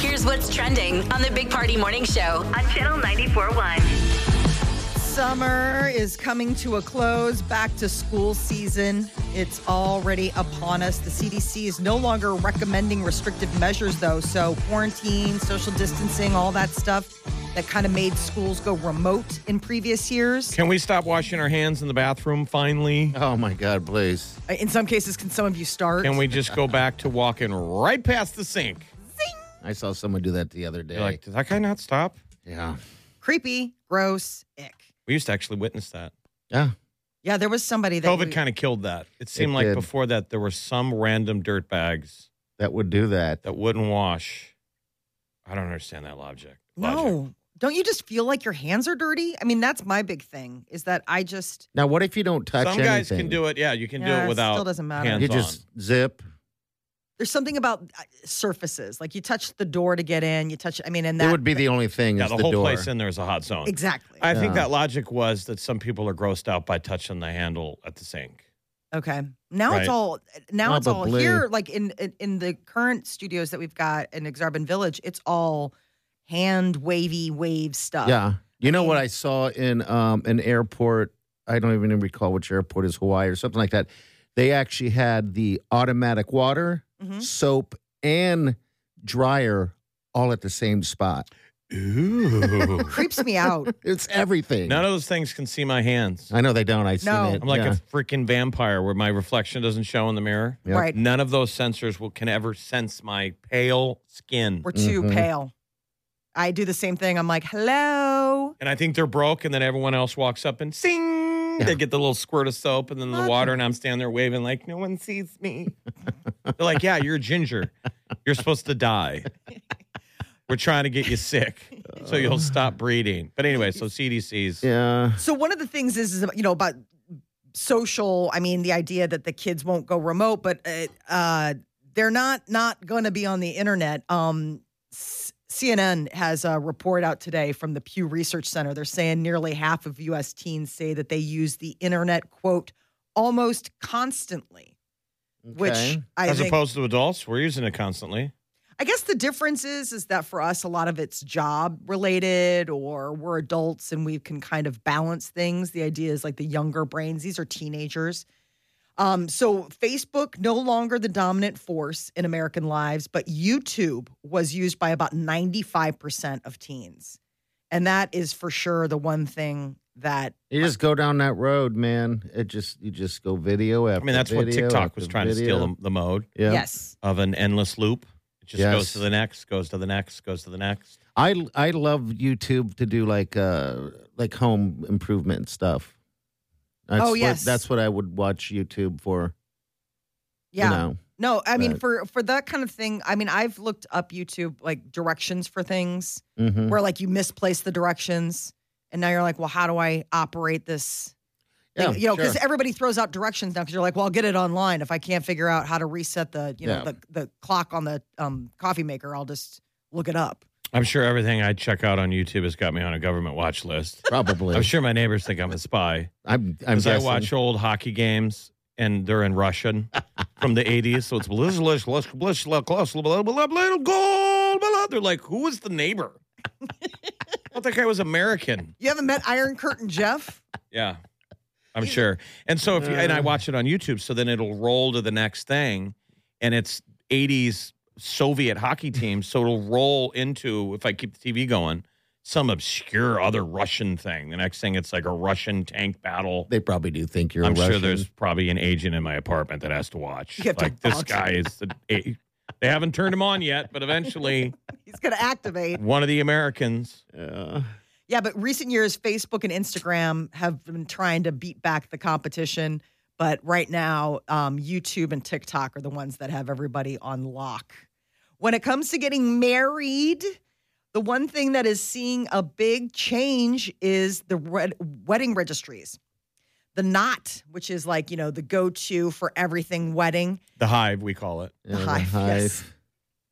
Here's what's trending on the Big Party Morning Show. on Channel 941. Summer is coming to a close, back to school season. It's already upon us. The CDC is no longer recommending restrictive measures, though. So, quarantine, social distancing, all that stuff that kind of made schools go remote in previous years. Can we stop washing our hands in the bathroom finally? Oh my God, please. In some cases, can some of you start? Can we just go back to walking right past the sink? I saw someone do that the other day. You're like, did that guy not stop? yeah. Creepy, gross, ick. We used to actually witness that. Yeah. Yeah, there was somebody that. COVID kind of killed that. It seemed It like did. before that there were some random dirt bags That would do that. that wouldn't wash. I don't understand that logic. logic. No. Don't you just feel like your hands are dirty? I mean, that's my big thing is that I just. Now, what if you don't touch Some anything? guys can do it. Yeah, you can Yeah, do it it without still doesn't matter. hands You just zip. There's something about uh, surfaces. Like you touch the door to get in, you touch, I mean, and it that would be the only thing. on. Yeah, is the, the, whole door. place in there is a hot zone. Exactly. I think Yeah. that logic was that some people are grossed out by touching the handle at the sink. okay. Now Right. it's all now it's all Probably. here. Like in, in in the current studios that we've got in Exarban Village, it's all hand wavy wave stuff. Yeah. You know what Uh, mean- I saw in um, an airport? I don't even recall which airport is Hawaii or something like that. They actually had the automatic water, Mhm. soap, and dryer all at the same spot. Ooh. Creeps me out. It's everything. None of those things can see my hands. I know they don't. I seen No. it. I'm like yeah. a freaking vampire where my reflection doesn't show in the mirror. Yep. Right. None of those sensors will can ever sense my pale skin. We're too Mhm. pale. I do the same thing. I'm like, hello. And I think they're broke, and then everyone else walks up and sing. They get the little squirt of soap and then the water, and I'm standing there waving like no one sees me. they're like, "Yeah, you're ginger. You're supposed to die. We're trying to get you sick so you'll stop breeding." But anyway, so CDC's Oh. yeah. So one of the things is, is you know about social. I mean, the idea that the kids won't go remote, but uh, uh, they're not not going to be on the internet. Um, C- CNN has a report out today from the Pew Research Center. They're saying nearly half of U.S. teens say that they use the internet quote almost constantly, which Okay. I as think. opposed to adults, we're using it constantly. I guess the difference is is that for us a lot of it's job related or we're adults and we can kind of balance things. The idea is like the younger brains, these are teenagers. Um, so Facebook no longer the dominant force in American lives, but YouTube was used by about 95% of teens. And that is for sure the one thing that You just go down that road, man. It just you just go video I after. mean, that's what video TikTok after was trying to video. steal the, the mode Yeah. yes. of an endless loop. It just Yes. goes to the next, goes to the next, goes to the next. I I love YouTube to do like uh like home improvement stuff. That's Oh, what- yes. that's what I would watch YouTube for. Yeah. You know. No, I mean But- for for that kind of thing, I mean I've looked up YouTube like directions for things. Mhm. where like you misplace the directions and now you're like well how do i operate this Yeah, thing? you know because sure. everybody throws out directions now because you're like well i'll get it online if i can't figure out how to reset the you know Yeah. the, the clock on the um, coffee maker i'll just look it up I'm sure everything I check out on YouTube has got me on a government watch list. probably. I'm sure my neighbors think I'm a spy I'm I'm because I guessing. watch old hockey games and they're in Russian from the 80s. So it's blish, blish, blish, blish, blish, blish, blish, blish, blish, goal. blah. They're like, who was the neighbor? I thought that guy was American. you haven't met iron curtain jeff Yeah, I'm sure. And so if you, and I watch it on YouTube, so then it'll roll to the next thing, and it's 80s Soviet hockey team, so it'll roll into if I keep the TV going, some obscure other Russian thing. The next thing, it's like a Russian tank battle. They probably do think you're. a I'm sure Russian. there's probably an agent in my apartment that has to watch. You have to like this box guy is the. a- They haven't turned him on yet, but eventually he's going to activate one of the Americans. Yeah. Yeah, but recent years, Facebook and Instagram have been trying to beat back the competition. But right now, um, YouTube and TikTok are the ones that have everybody on lock. When it comes to getting married, The one thing that is seeing a big change is the red wedding registries. The knot, which is like, you know, the go to for everything wedding. The hive, we call it. Yeah, the Hive, yes. hive.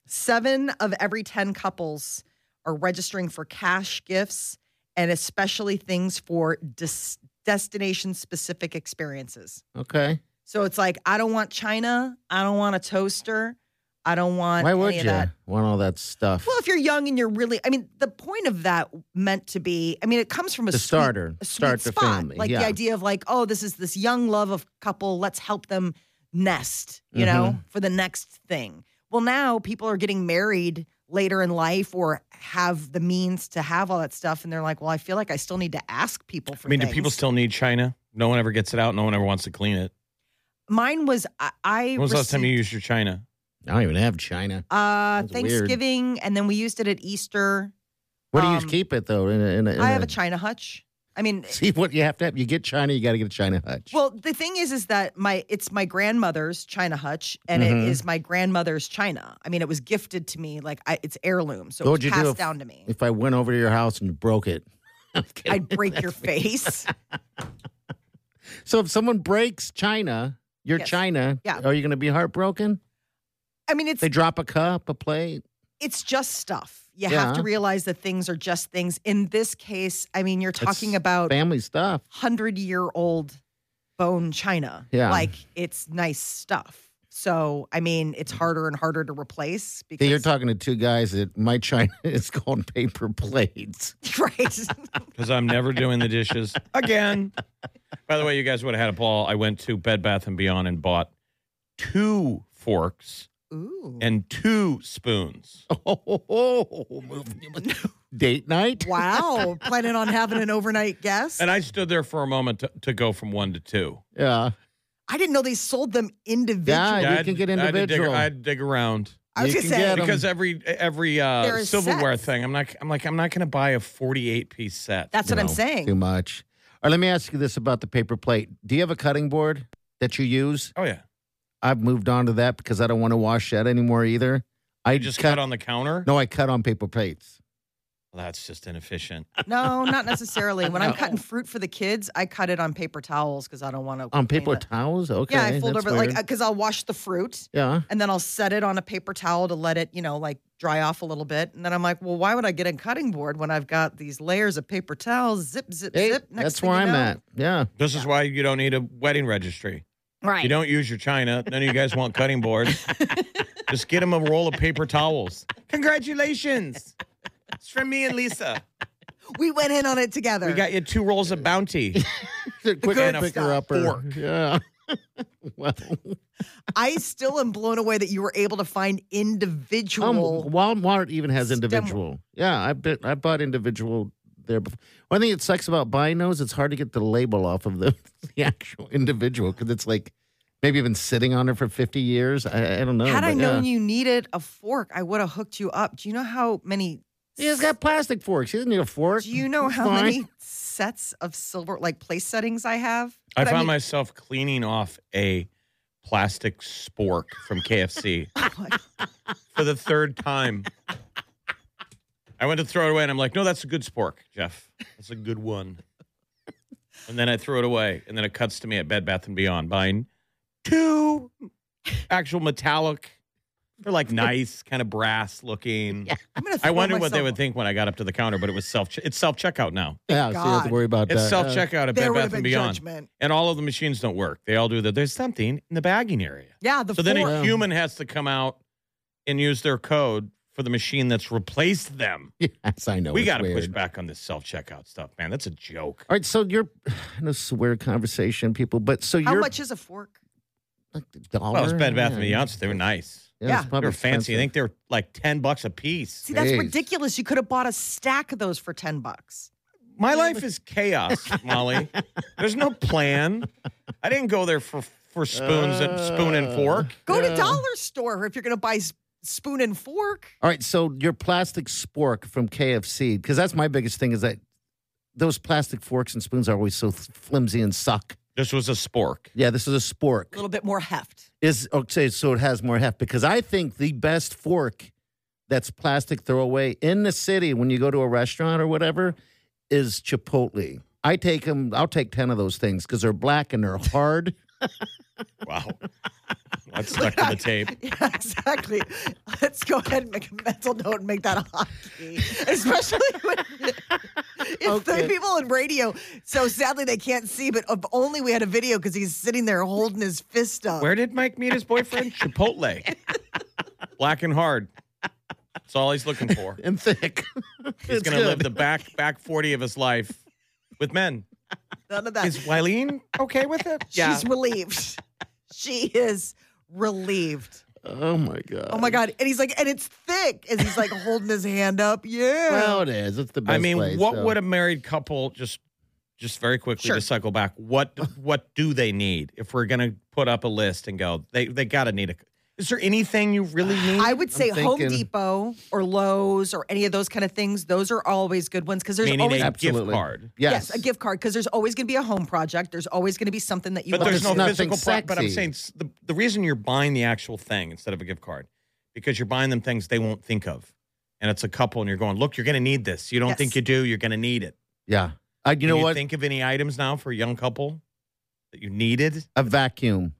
Seven of every 10 couples are registering for cash gifts and especially things for dis- destination specific experiences. Okay. So it's like, I don't want China. I don't want a toaster. I don't want Why any would of you that. want all that stuff? Well, if you're young and you're really, I mean, the point of that meant to be, I mean, it comes from a The sweet- starter, a sweet start the spot. family, like yeah. the idea of like, oh, this is this young love of couple. Let's help them nest, you Mm-hmm. know, for the next thing. Well, now people are getting married later in life or have the means to have all that stuff, and they're like, well, I feel like I still need to ask people for. I mean, do things. people still need China? No one ever gets it out. No one ever wants to clean it. Mine was I. I When was the last time you received- used your China? I don't even have China. Uh, That's weird. Thanksgiving, and then we used it at Easter. Where do Um, you keep it though? In a, in a, in I have a China hutch. I mean, See what you have to have. You get China, you got to get a China hutch. Well, the thing is, is that my it's my grandmother's china hutch, and it Mhm. is my grandmother's china. I mean, it was gifted to me like I, it's heirloom, so What it would was you do passed if- down to me. if I went over to your house and you broke it, I'm kidding. I'd break your face. so if someone breaks China, your Yes. China, Yeah. are you going to be heartbroken? I mean, it's They drop a cup, a plate. it's just stuff. You have to Yeah. realize that things are just things. In this case, I mean, you're talking It's about family stuff. hundred year old bone china. Yeah. like it's nice stuff. So I mean, it's harder and harder to replace Yeah, because Mm. You're talking to two guys that my China is called paper plates. right. Because I'm never doing the dishes again. By the way, you guys would have had a ball. I went to Bed Bath and Beyond and bought two forks Ooh. and two spoons. Oh, date night. Wow, planning on having an overnight guest? And I stood there for a moment to, to go from one to two. Yeah, I didn't know they sold them individually. Yeah, you I'd- can get I had to dig- individual. I had to dig around. I was you gonna can say get 'em. because uh, every every There uh, is silverware sets. thing, I'm not. I'm like, I'm not going to buy a 48 piece set. that's what I'm No, Too saying. much. All right, let me ask you this about the paper plate. Do you have a cutting board that you use? oh yeah, I've moved on to that because I don't want to wash that anymore either. I you just cut, on the counter. No, I cut on paper plates. Well, that's just inefficient. No, not necessarily. When I'm No. cutting fruit for the kids, I cut it on paper towels because I don't want to On paper towels? Okay. Yeah, I fold that's over weird. like because I'll wash the fruit yeah. and then I'll set it on a paper towel to let it, you know, like dry off a little bit. And then I'm like, well, why would I get a cutting board when I've got these layers of paper towels? Zip, zip, Hey, zip. Next that's thing where you I'm know- at. Yeah. This is why you don't need a wedding registry. Right. You don't use your china. None of you guys want cutting boards. Just get them a roll of paper towels. Congratulations. It's from me and Lisa. we went in on it together. We got you two rolls of bounty. Quicker, and a quicker upper. fork. Yeah. well, I still am blown away that you were able to find individual. um, Walmart even has Stem- individual. Yeah, I bet I bought individual there before. One thing that sucks about buying those, it's hard to get the label off of the, the actual individual because it's like maybe been sitting on it for 50 years. I, I don't know. Had I but known yeah. you needed a fork, I would have hooked you up. Do you know how many? She has got plastic forks. She doesn't need a fork. Do you know It's how fine. many sets of silver like place settings I have? I But found mean- myself cleaning off a plastic spork from KFC for the third time. I went to throw it away and I'm like, no, that's a good spork, Jeff. That's a good one. And then I threw it away. And then it cuts to me at Bed Bath and Beyond buying two actual metallic, they're like nice, kind of brass looking. I'm gonna I throw wondered what they myself- would think when I got up to the counter, but it was self. It's self checkout now. Yeah, so you have to God. worry about It's that. self checkout at There Bed would have Bath been and Beyond judgment. and all of the machines don't work. They all do that. There's something in the bagging area. Yeah, the so fork. then fork. a human has to come out and use their code for the machine that's replaced them. Yeah. Yes, I know. we it's got to push Oh, weird. back on this self checkout stuff, man. That's a joke. All right, so you're. I know this is a weird conversation, people, but so how you're. much is a fork? Like a dollar? Well, it's Bed Bath and Yeah. Beyond. so They were nice. Yeah, Yeah. it's They probably were fancy. I expensive. think they were like ten bucks a piece. See, that's Jeez. ridiculous. You could have bought a stack of those for ten bucks. My life is chaos, Molly. There's no plan. I didn't go there for for spoons and spoon and fork. Go Yeah. to dollar store if you're gonna buy s- spoon and fork. All right, so your plastic spork from KFC, because that's my biggest thing is that those plastic forks and spoons are always so flimsy and suck. This was a spork. Yeah, this is a A spork. little bit more heft. Is okay, so it has more heft because I think the best fork that's plastic throwaway in the city when you go to a restaurant or whatever is Chipotle. I take them. I'll take ten of those things because they're black and they're hard. Wow. That's stuck to the tape. Yeah, exactly. Let's go ahead and make a mental note and make that a hotkey. Especially when, if Okay. the people in radio. So sadly, they can't see, but if only we had a video because he's sitting there holding his fist up. Where did Mike meet his boyfriend? Chipotle. Black and hard. That's all he's looking for. and thick. He's It's going to good. live the back back 40 of his life with men. None of that. Is Wileen okay with it? She's relieved. she is relieved. Oh my god. Oh my God. And he's like, and it's thick. And he's like holding his hand up. Yeah. Well, it is. It's the best. I mean, place, what so. would a married couple just just very quickly Sure. to cycle back? What what do they need if we're going to put up a list and go? They they got to need a. Is there anything you really need? I would say Home thinking- Depot or Lowe's or any of those kind of things. Those are always good ones because there's Meaning always a gift Absolutely. card. Yes. a gift card because there's always going to be a home project. There's always going to be something that you. But want there's to no it's do. nothing physical product. But I'm sexy. saying s- the, the reason you're buying the actual thing instead of a gift card, because you're buying them things they won't think of. And it's a couple, and you're going, look, you're going to need this. You don't Yes. think you do. You're going to need it. Yeah. I, you Can know what? Think of any items now for a young couple that you needed. a vacuum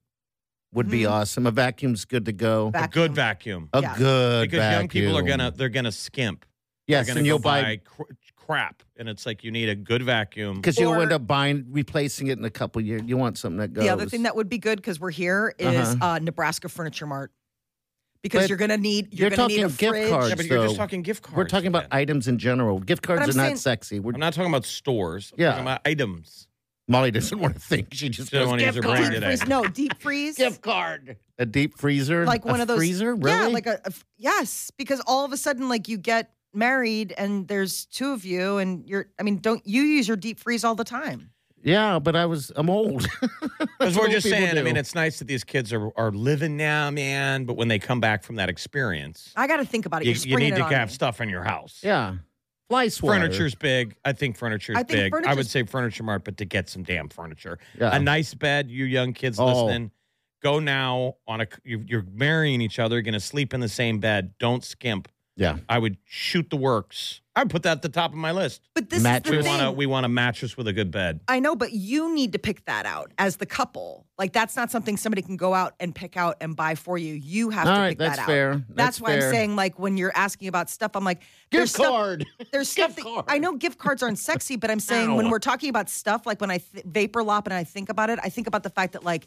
would be awesome. A vacuum's good to go. Back- A good vacuum. a Mm-hmm. Yeah. good because young people are vacuum. gonna they're gonna skimp. yes, they're gonna and go you'll buy buy cr- crap, and it's like you need a good vacuum. because you'll end Or- up buying replacing it in a couple years. You want something that goes. Uh-huh. The other thing that would be good because we're here is, uh Nebraska Furniture Mart because But you're going to need you're, you're going to need a talking gift fridge. cards. Yeah, but you're just though. talking gift cards. we're talking about again. items in general. Gift cards I'm are saying- not sexy. We're, I'm not talking about stores. I'm Yeah. talking about items. Molly doesn't want to think. She just She doesn't goes, wanna use "Gift her brain Deep card." today. freeze, no deep freeze. Gift card. A deep freezer. like one A of those freezer. Really? Yeah, like a, a f- yes, because all of a sudden, like you get married and there's two of you, and you're. I mean, don't you use your deep freeze all the time? yeah, but I was. I'm old. Because That's we're what just people saying. I do. mean, it's nice that these kids are are living now, man. But when they come back from that experience, I got to think about it. you, You're you springing need it to on have me. stuff in your house. yeah. Fly swatter. Furniture's big. I think furniture's I think big. I would furniture's- say furniture mart, but to get some damn furniture, Yeah. a nice bed. You young kids Oh. listening, go now on a. you- You're marrying each other. Going to sleep in the same bed. Don't skimp. Yeah. I would shoot the works. I would put that at the top of my list. But this is Mattress. We the thing. want a we want a mattress with a good bed. I know, but you need to pick that out as the couple. Like that's not something somebody can go out and pick out and buy for you. You have All to right, pick that's that out. fair. That's, That's why fair. I'm saying, like, when you're asking about stuff, I'm like, there's Gift stuff. card. There's stuff. Gift that- card. I know gift cards aren't sexy, but I'm saying Ow. when we're talking about stuff, like when I th- vapor lop and I think about it, I think about the fact that like.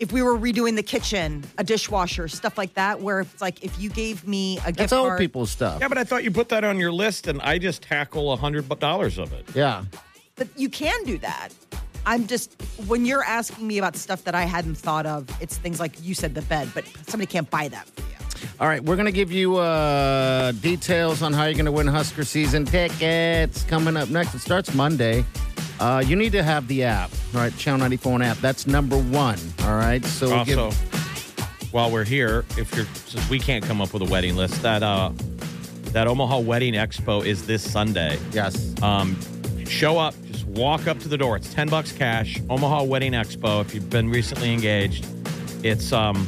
If we were redoing the kitchen, a dishwasher, stuff like that, where it's like if you gave me a gift That's card, old people's stuff. Yeah, but I thought you put that on your list, and I just tackle a hundred dollars of it. Yeah. But you can do that. I'm just when you're asking me about stuff that I hadn't thought of, it's things like you said the bed, but somebody can't buy that for you. All right, we're going to give you uh, details on how you're going to win Husker season tickets coming up next. It starts Monday. Uh, you need to have the app, all right? Channel 94 app. That's number one, all right? So we'll give- also, while we're here, if you're since we can't come up with a wedding list, that uh that Omaha Wedding Expo is this Sunday. yes. Um, show up, just walk up to the door. It's ten bucks cash. Omaha Wedding Expo. If you've been recently engaged, it's um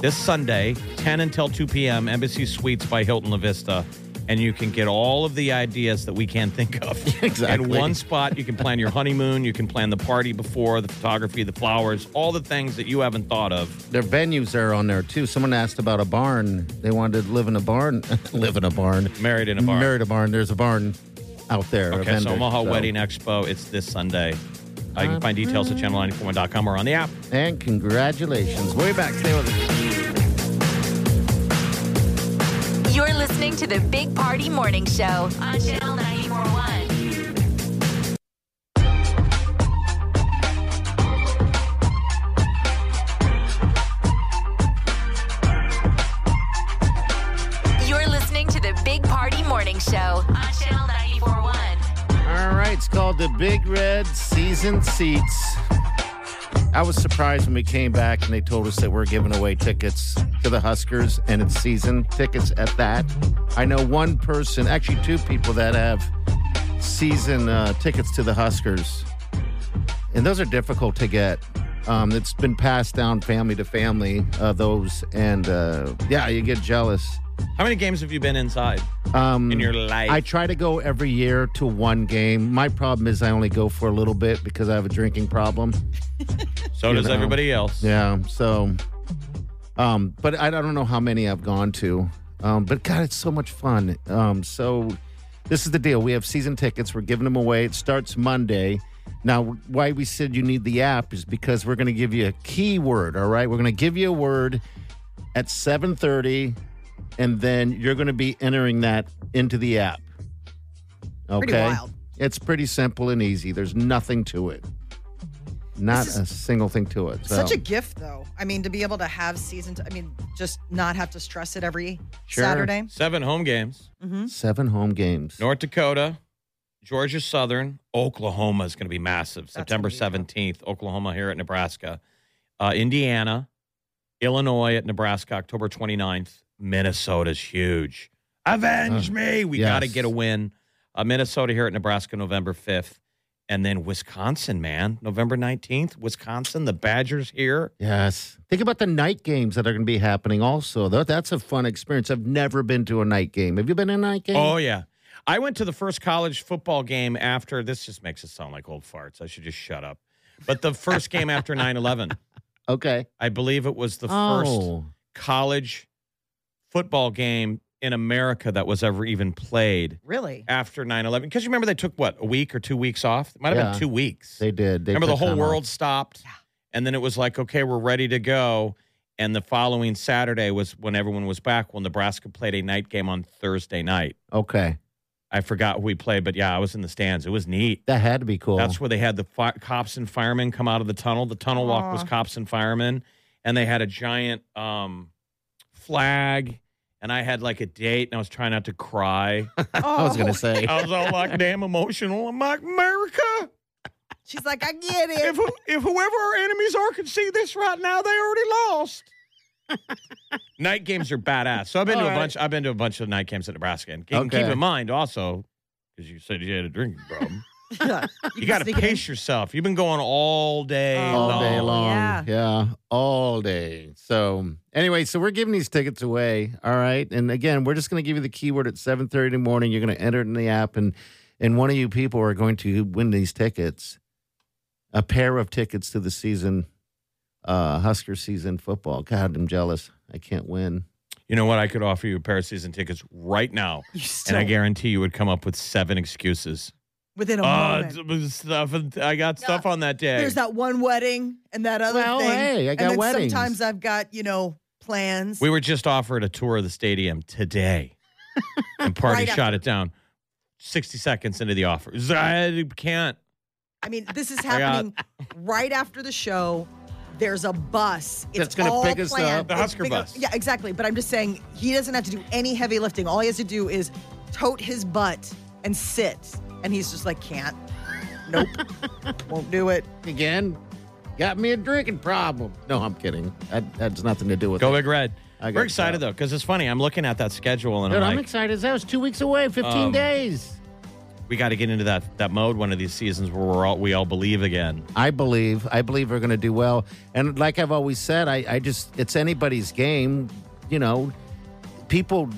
this Sunday, ten until two p.m. Embassy Suites by Hilton La Vista. And you can get all of the ideas that we can think of Exactly. in one spot. You can plan your honeymoon. You can plan the party before, the photography, the flowers, all the things that you haven't thought of. Their venues are on there too. Someone asked about a barn. They wanted to live in a barn. live in a barn. Married in a barn. Married a barn. There's a barn out there. a Okay, so vendor, Omaha so- Wedding Expo. It's this Sunday. Uh, you can find details at channel941.com or on the app. And congratulations. We'll be back. Stay with us. You're listening to the Big Party Morning Show on Channel 941. You're listening to the Big Party Morning Show on Channel 941. All right, it's called the Big Red Season Seats. I was surprised when we came back and they told us that we're giving away tickets to the Huskers and it's season tickets at that. I know one person, actually two people that have season uh, tickets to the Huskers, and those are difficult to get. Um, it's been passed down family to family, uh, those, and uh, yeah, you get jealous. How many games have you been inside Um, in your life? I try to go every year to one game. My problem is I only go for a little bit because I have a drinking problem. so does know. everybody else. Yeah. So, um, but I don't know how many I've gone to. Um, but God, it's so much fun. Um, so this is the deal. We have season tickets. We're giving them away. It starts Monday. Now, why we said you need the app is because we're going to give you a keyword. All right. We're going to give you a word at 730 and then you're going to be entering that into the app. Okay. Pretty wild. It's pretty simple and easy. There's nothing to it. Not is a single thing to it. So. Such a gift, though. I mean, to be able to have season, t- I mean, just not have to stress it every Sure. Saturday. Seven home games. Seven home games. North Dakota, Georgia Southern, Oklahoma is going to be massive. September gonna 17th, Oklahoma here at Nebraska, uh, Indiana, Illinois at Nebraska, October 29th. Minnesota's huge. Avenge Uh, me. We yes. got to get a win. Uh, Minnesota here at Nebraska, November 5th. And then Wisconsin, man, November 19th. Wisconsin, the Badgers here. Yes. Think about the night games that are going to be happening also. Tho- That's a fun experience. I've never been to a night game. Have you been to a night game? Oh, yeah. I went to the first college football game after this, just makes it sound like old farts. I should just shut up. But the first game after 9 11. okay. I believe it was the oh. first college football game in America that was ever even played Really? after 9 11. Because you remember they took what, a week or two weeks off? It might have Yeah. been two weeks. They did. They remember the took whole time world off. stopped. And then it was like, okay, we're ready to go. And the following Saturday was when everyone was back. Well, Nebraska played a night game on Thursday night. Okay. I forgot who we played, but yeah, I was in the stands. It was neat. That had to be cool. That's where they had the fi- cops and firemen come out of the tunnel. The tunnel walk was Aw. cops and firemen, and they had a giant um, flag. And I had like a date, and I was trying not to cry. I was Oh. going to say. I was all like, "Damn emotional." I'm like, "America, She's like, I get if it. who- if whoever our enemies are can see this right now, they already lost." night games are badass. So I've been All to a right. bunch. I've been to a bunch of night games at Nebraska, and, and Okay. keep in mind also, because you said you had a drinking problem. Yeah. You got to sneak it pace yourself. You've been going all day All all day long. long. Yeah. all day. So anyway, so we're giving these tickets away. All right, and again, we're just going to give you the keyword at seven thirty in the morning. You're going to enter it in the app, and and one of you people are going to win these tickets, a pair of tickets to the season, uh, Husker season football. God, I'm jealous. I can't win. You know what? I could offer you a pair of season tickets right now, You still, and I guarantee you would come up with seven excuses. within a Uh, moment. d- stuff. I got stuff on that day. There's that one wedding and that other Well, thing. hey, I got and then weddings. Sometimes I've got, you know, plans. we were just offered a tour of the stadium today, and party Right shot it down. Sixty seconds into the offer, I can't. I mean, this is got- happening right after the show. There's a bus. It's That's gonna all pick us planned. up. The It's Husker bigger- bus. Yeah, exactly. But I'm just saying he doesn't have to do any heavy lifting. All he has to do is tote his butt and sit. And he's just like, can't. Nope. Won't do it. Again, got me a drinking problem. No, I'm kidding. That, that's nothing to do with Go it. big red. I got We're excited that. though because it's funny. I'm looking at that schedule and Dude, I'm I'm like, excited. That was two weeks away. Fifteen Um, days. we got to get into that that mode one of these seasons where we're all we all believe again. I believe. I believe we're going to do well. And like I've always said, I, I just, it's anybody's game. You know, people,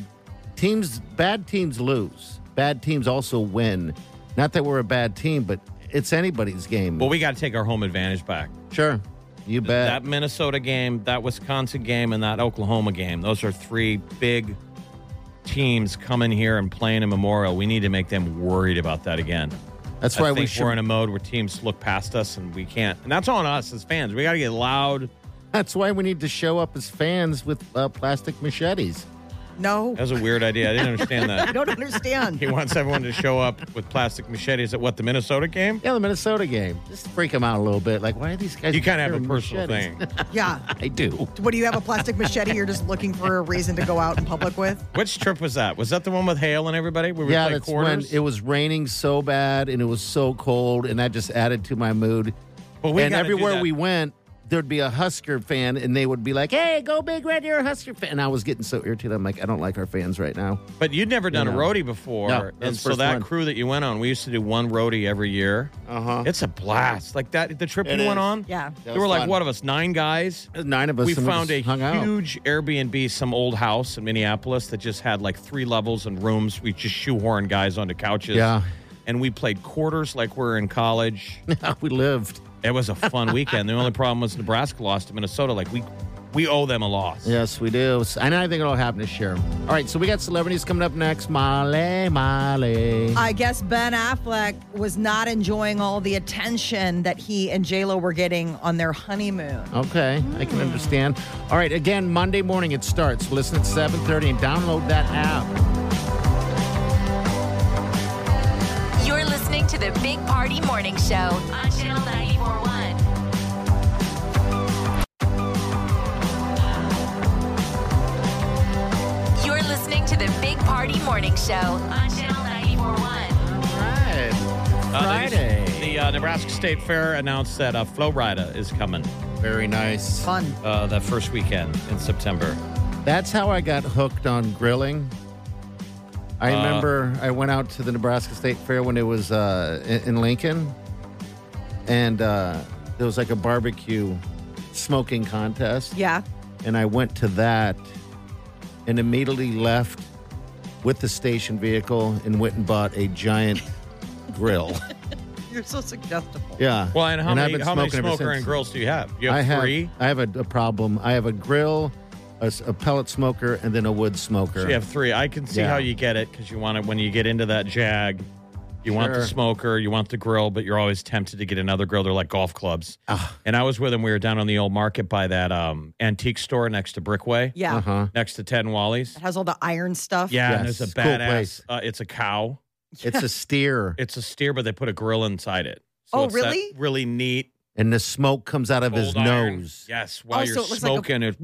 teams, bad teams lose. Bad teams also win. Not that we're a bad team, but it's anybody's game. Well, we got to take our home advantage back. sure. You bet. That Minnesota game, that Wisconsin game, and that Oklahoma game. Those are three big teams coming here and playing in Memorial. We need to make them worried about that again. That's I why think we we're in should. a mode where teams look past us and we can't. And that's on us as fans. We got to get loud. that's why we need to show up as fans with uh, plastic machetes. No. That was a weird idea. I didn't understand I that. don't understand. He wants everyone to show up with plastic machetes at what the Minnesota game. Yeah, the Minnesota game. Just freak them out a little bit. Like, why are these guys? You kind of have a carrying personal machetes? thing. Yeah. I do. What do you have a plastic machete you're just looking for a reason to go out in public with? Which trip was that? Was that the one with Hale and everybody? Where we yeah, played that's quarters? when it was raining so bad and it was so cold, and that just added to my mood. But we and gotta do everywhere that. we went, there'd be a Husker fan, and they would be like, "Hey, go big red! You're a Husker fan." And I was getting so irritated. I'm like, I don't like our fans right now. But you'd never done know. a roadie before. No, that's and so first that one. crew that you went on, we used to do one roadie every year. Uh huh. It's a blast. Like that the trip It you went is. on? Yeah. That There were was like fun. what of us? Nine guys. Nine of us. We and found just a hung out. huge Airbnb, some old house in Minneapolis that just had like three levels and rooms. We just shoehorned guys onto couches. Yeah. And we played quarters like we are in college. we lived. it was a fun weekend. The only problem was Nebraska lost to Minnesota. Like we we owe them a loss. Yes, we do. And I think it'll happen this year. All right, so we got celebrities coming up next. Molly, Molly. I guess Ben Affleck was not enjoying all the attention that he and J Lo were getting on their honeymoon. Okay, I can understand. All right, again, Monday morning it starts. Listen at 7.30 and download that app. You're listening to the Big Party Morning Show on Channel 941. You're listening to the Big Party Morning Show on Channel 941. All right. Uh, they just- Friday. the uh, Nebraska State Fair announced that uh, Flow Rida is coming Very nice. Fun. uh, that first weekend in September. That's how I got hooked on grilling. I Uh, remember I went out to the Nebraska State Fair when it was uh, in, in Lincoln, and uh, there was like a barbecue smoking contest. Yeah. and I went to that and immediately left with the station vehicle and went and bought a giant grill. You're so suggestible. Yeah. Well, and how I've many been how many smoking ever smoker since. and grills do you have? You have I have three. I have a, a problem. I have a grill, a, s- a pellet smoker, and then a wood smoker. So you have three. I can see Yeah. how you get it because you want it when you get into that jag. You want the Sure. smoker, you want the grill, but you're always tempted to get another grill. They're like golf clubs. Ah. And I was with him. We were down on the old market by that um, antique store next to Brickway, Yeah. Uh huh. next to Ted and Wally's. It has all the iron stuff. Yeah, and Yes. there's a Cool badass. place. uh, it's a cow. It's a steer, It's a steer, but they put a grill inside it. Oh, it's that really? Really neat. and the smoke comes out of his cold iron. nose. Yes, while Oh, so you're it looks like a- smoking, it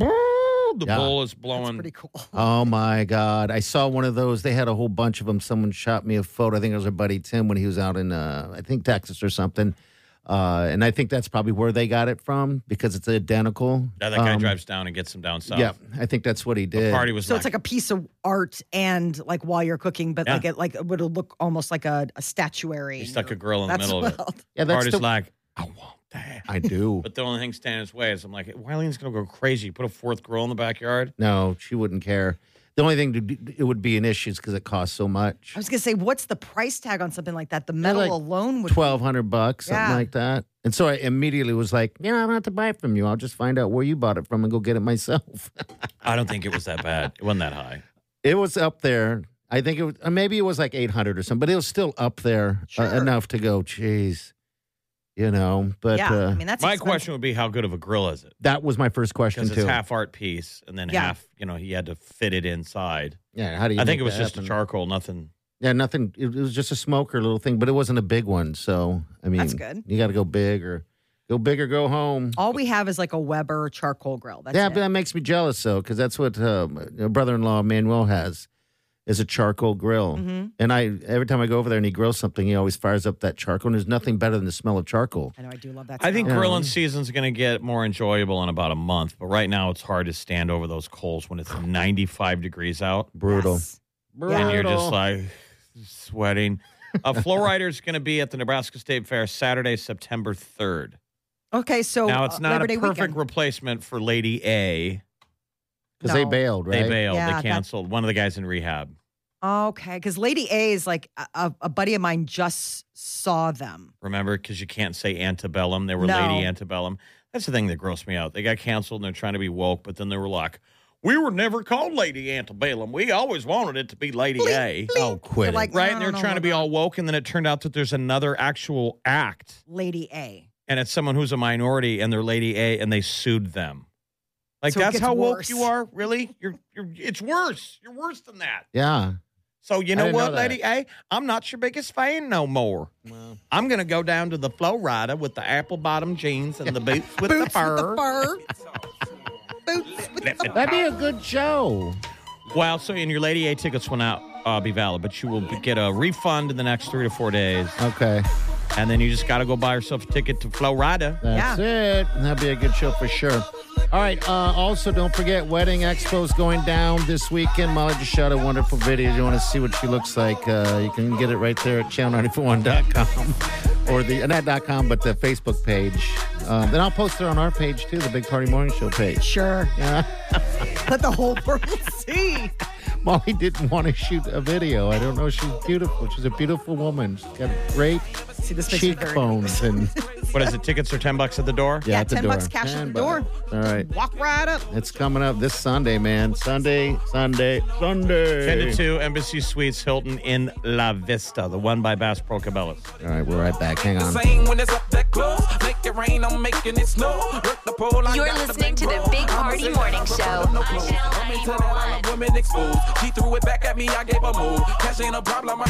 the Yeah. bowl is That's blowing. pretty cool. Oh my God! I saw one of those. They had a whole bunch of them. Someone shot me a photo. I think it was our buddy Tim when he was out in, uh, I think Texas or something. Uh, and I think that's probably where they got it from because it's identical. Yeah, that guy Um, drives down and gets them down south. Yeah, I think that's what he the did. party was So like, it's like a piece of art and like while you're cooking, but Yeah. like it like it would look almost like a, a statuary. he stuck a grill in the That's middle of it. wild. yeah, that's Party's the, like, I want that. I do. But the only thing standing in his way is I'm like, Wileen's gonna go crazy. Put a fourth grill in the backyard. No, she wouldn't care. The only thing to do, it would be an issue is because it costs so much. I was gonna say, what's the price tag on something like that? The metal like alone would Twelve hundred bucks, something Yeah. like that. And so I immediately was like, you know, I don't have to buy it from you. I'll just find out where you bought it from and go get it myself. I don't think it was that bad. It wasn't that high. It was up there. I think it was uh, maybe it was like 800 or something, but it was still up there uh, Sure. enough to go, geez, you know. But yeah, uh, I mean that's my expensive. question would be, how good of a grill is it? that was my first question Because too. it's half art piece, and then Yeah. half, you know, he had to fit it inside. yeah, how do you? I think make it was that just a happen? charcoal, nothing. Yeah, nothing. It was just a smoker little thing, but it wasn't a big one. So I mean, That's good. You got to go big or go big or go home. All we have is like a Weber charcoal grill. That's yeah, it. but that makes me jealous though, because that's what uh, my brother-in-law Manuel has is a charcoal grill, Mm-hmm. and I every time I go over there and he grills something, he always fires up that charcoal, and there's nothing better than the smell of charcoal. I know I do love that. I think smell. grilling season's going to get more enjoyable in about a month, but right now it's hard to stand over those coals when it's 95 degrees out. Brutal. Yes. and you're just like sweating. Uh, Flowrider's going to be at the Nebraska State Fair Saturday, September 3rd. Okay, so now, it's uh, not Labor a Day perfect weekend. replacement for Lady A. because they No. bailed, right? They bailed, Yeah, they that- canceled. One of the guys in rehab. Okay, because Lady A is like a- a, a buddy of mine just saw them. Remember, because you can't say antebellum. They were No. Lady Antebellum. That's the thing that grossed me out. They got canceled and they're trying to be woke, but then they were like, we were never called Lady Antebellum. We always wanted it to be Lady A. Oh, quit! They're it. like Right? "No, And they're no, trying no, to be no." all woke, and then it turned out that there's another actual act, Lady A. and it's someone who's a minority and they're Lady A, and they sued them. Like So it that's gets how worse. woke you are, really? You're, you're. It's worse. You're worse than that. yeah. So you I know didn't know what, that. Lady A? I'm not your biggest fan no more. I'm gonna go down to the Flow Rider with the apple bottom jeans and the boots with the fur. Boots with the- That'd be a good show. Well, so and your Lady A tickets will not uh, be valid, but you will be- get a refund in the next three to four days. Okay. And then you just got to go buy yourself a ticket to Florida. That's it. That'll be a good show for sure. All right. Uh, also, don't forget Wedding Expo's going down this weekend. Molly just shot a wonderful video. If you want to see what she looks like, uh, you can get it right there at channel941.com or the, uh, not dot .com, but the Facebook page. Um, then I'll post it on our page too, the Big Party Morning Show page. Sure. Let the whole world see. Molly didn't want to shoot a video. I don't know. She's beautiful. She's a beautiful woman. She's got great See, this makes me very cheekbones and What is it? Tickets are 10 bucks at the door? yeah, Yeah, at the 10 door. bucks cash at 10 the door. bucks. All right. Walk right up. It's coming up this Sunday, man. Sunday, Sunday, 10 Sunday. to 2, Embassy Suites, Hilton in La Vista, the one by Bass Pro Cabela's. All right, we're right back. Hang on. Same when it's up that close. Make it rain, I'm making it snow. Work the pole, I You're got listening to the bankroll. Big Party I'ma say Morning I'm Show broke, no on clothes. Channel Let me tell the line, 94.1. women exposed. She threw it back at me, I gave a move. Cash ain't a problem. I-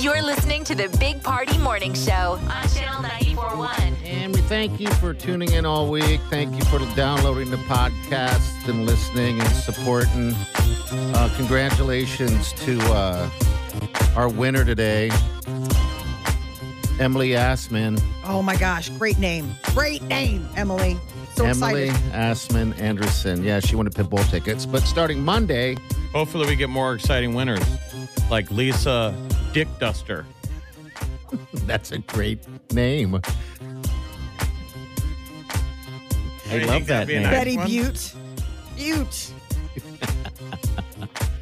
You're listening to the Big Party Morning Show on Channel 941. And we thank you for tuning in all week. Thank you for downloading the podcast and listening and supporting. Uh, congratulations to uh, our winner today, Emily Assman. Oh my gosh, great name. Great name, Emily. So Emily excited. Assman Anderson. Yeah, she won a Pitbull tickets. But starting Monday, Hopefully, we get more exciting winners like Lisa Dick Duster. that's a great name. I you love think that'd that be a name. nice Betty one? Butte. Butte.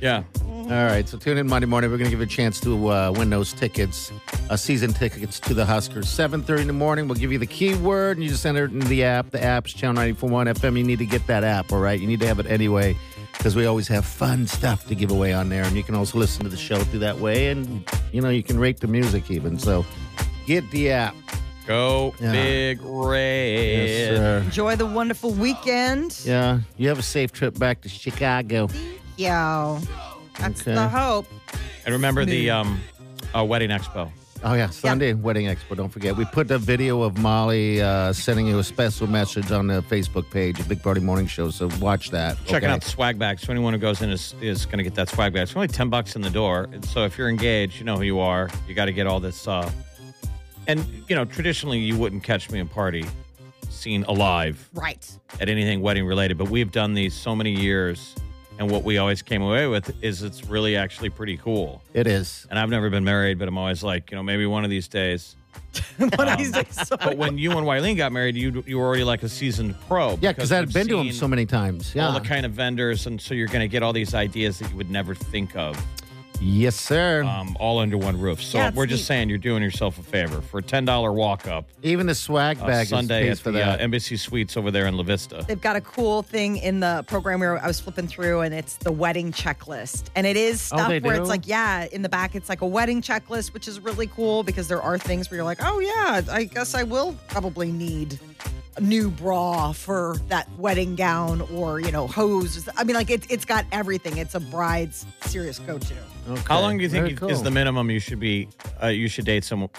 Yeah. All right, so tune in Monday morning. We're going to give you a chance to uh, win those tickets, uh, season tickets to the Huskers. 7.30 in the morning, we'll give you the keyword, and you just enter it into the app. The app's Channel 94.1 FM. You need to get that app, all right? You need to have it anyway because we always have fun stuff to give away on there. And you can also listen to the show through that way, and, you know, you can rate the music even. So get the app. Go Yeah. Big Red. sir. Enjoy the wonderful weekend. Yeah, you have a safe trip back to Chicago. Yo. That's Okay. the hope. And remember the um, uh, Wedding Expo. Oh yeah, Sunday Wedding Expo. Don't forget, we put a video of Molly uh, sending you a special message on the Facebook page, Big Party Morning Show. So watch that. Checking okay? out the swag bag. So anyone who goes in is, is going to get that swag bag. It's only 10 bucks in the door. And so if you're engaged, you know who you are. You got to get all this. Uh, and, you know, traditionally, you wouldn't catch me in party seen alive Right. at anything wedding related, but we've done these so many years. And what we always came away with is it's really actually pretty cool. It is. And I've never been married, but I'm always like, you know, maybe one of these days. What I say, so- But when you and Wileen got married, you you were already like a seasoned pro. Yeah, because I've we've been to them seen so many times. Yeah. all the kind of vendors, and so you're going to get all these ideas that you would never think of, yes, sir. um, all under one roof. So Yeah, it's we're just neat. saying you're doing yourself a favor for a ten dollar walk up Even the swag uh, bag Sunday at is pays for the uh, that. Embassy Suites over there in La Vista. They've got a cool thing in the program where I was flipping through, and it's the wedding checklist. And it is Oh, stuff they where do? it's like, yeah, in the back, it's like a wedding checklist, which is really cool because there are things where you're like, oh, yeah, I guess I will probably need a new bra for that wedding gown or, you know, hose. I mean, like, it, it's got everything. It's a bride's serious go to. Okay, How long do you very think cool. is the minimum you should be uh, you should date someone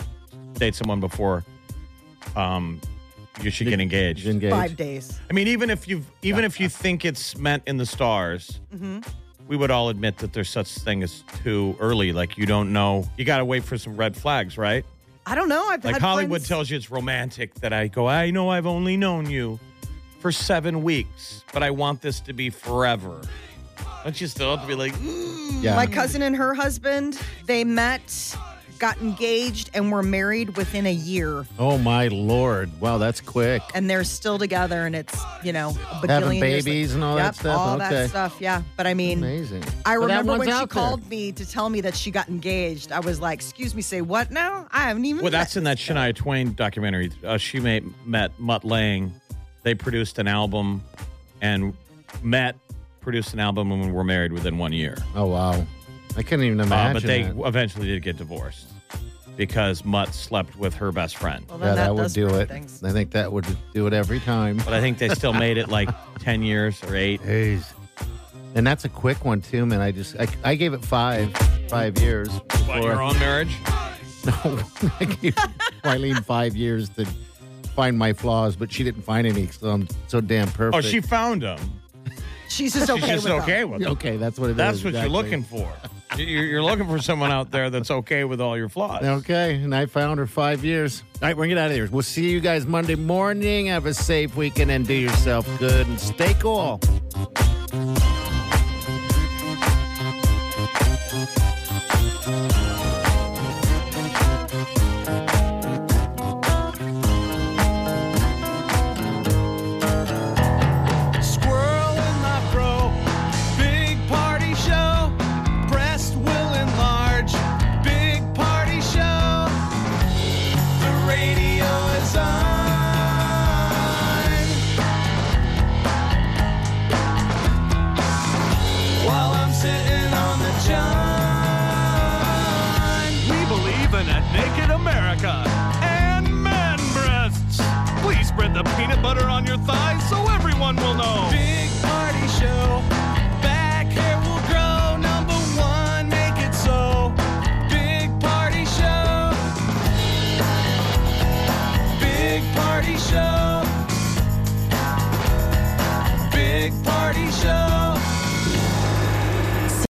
date someone before um you should get engaged? Engaged. Five days. I mean, even if you've even if you think it's meant in the stars, Mm-hmm. we would all admit that there's such thing as too early. Like you don't know, you got to wait for some red flags, right? I don't know. I've Like had Hollywood friends- tells you it's romantic that I go, I know I've only known you for seven weeks, but I want this to be forever. Don't you still have to be like, "Ooh." Yeah. My cousin and her husband, they met, got engaged, and were married within a year. oh my lord! Wow, that's quick. and they're still together and it's you know a bajillion Having years later. babies and all that Yep, stuff? all Okay. that stuff yeah but i mean Amazing. i But that remember one's when she out there. called me to tell me that she got engaged i was like excuse me say what now i haven't even well, that's met in that Shania Twain documentary. Uh, she may, met Mutt Lang. They produced an album and met, produced an album, and were married within one year. Oh wow, I couldn't even Uh, imagine. but they that. eventually did get divorced because Mutt slept with her best friend. Well, then yeah, that, would does do ruin it. things. I think that would do it every time. But I think they still made it like 10 years or eight. Jeez. And that's a quick one too, man. I just I, I gave it five five years. What, before- your own marriage? No, I gave Wileen five years to find my flaws, but she didn't find any. So I'm so damn perfect. Oh, she found him. she's just okay She's just with okay them. with him. okay. That's what it is. That's what exactly. you're looking for. You're, you're looking for someone out there that's okay with all your flaws. Okay, and I found her five years. All right, we're gonna get out of here. We'll see you guys Monday morning. Have a safe weekend and do yourself good and stay cool. Squirrel in my fro. Big party show. Breast will enlarge. Big party show. The radio is on. While I'm sitting on the john. We believe in a naked America and man breasts. Please spread the peanut butter on your thighs so everyone will know. Big party show.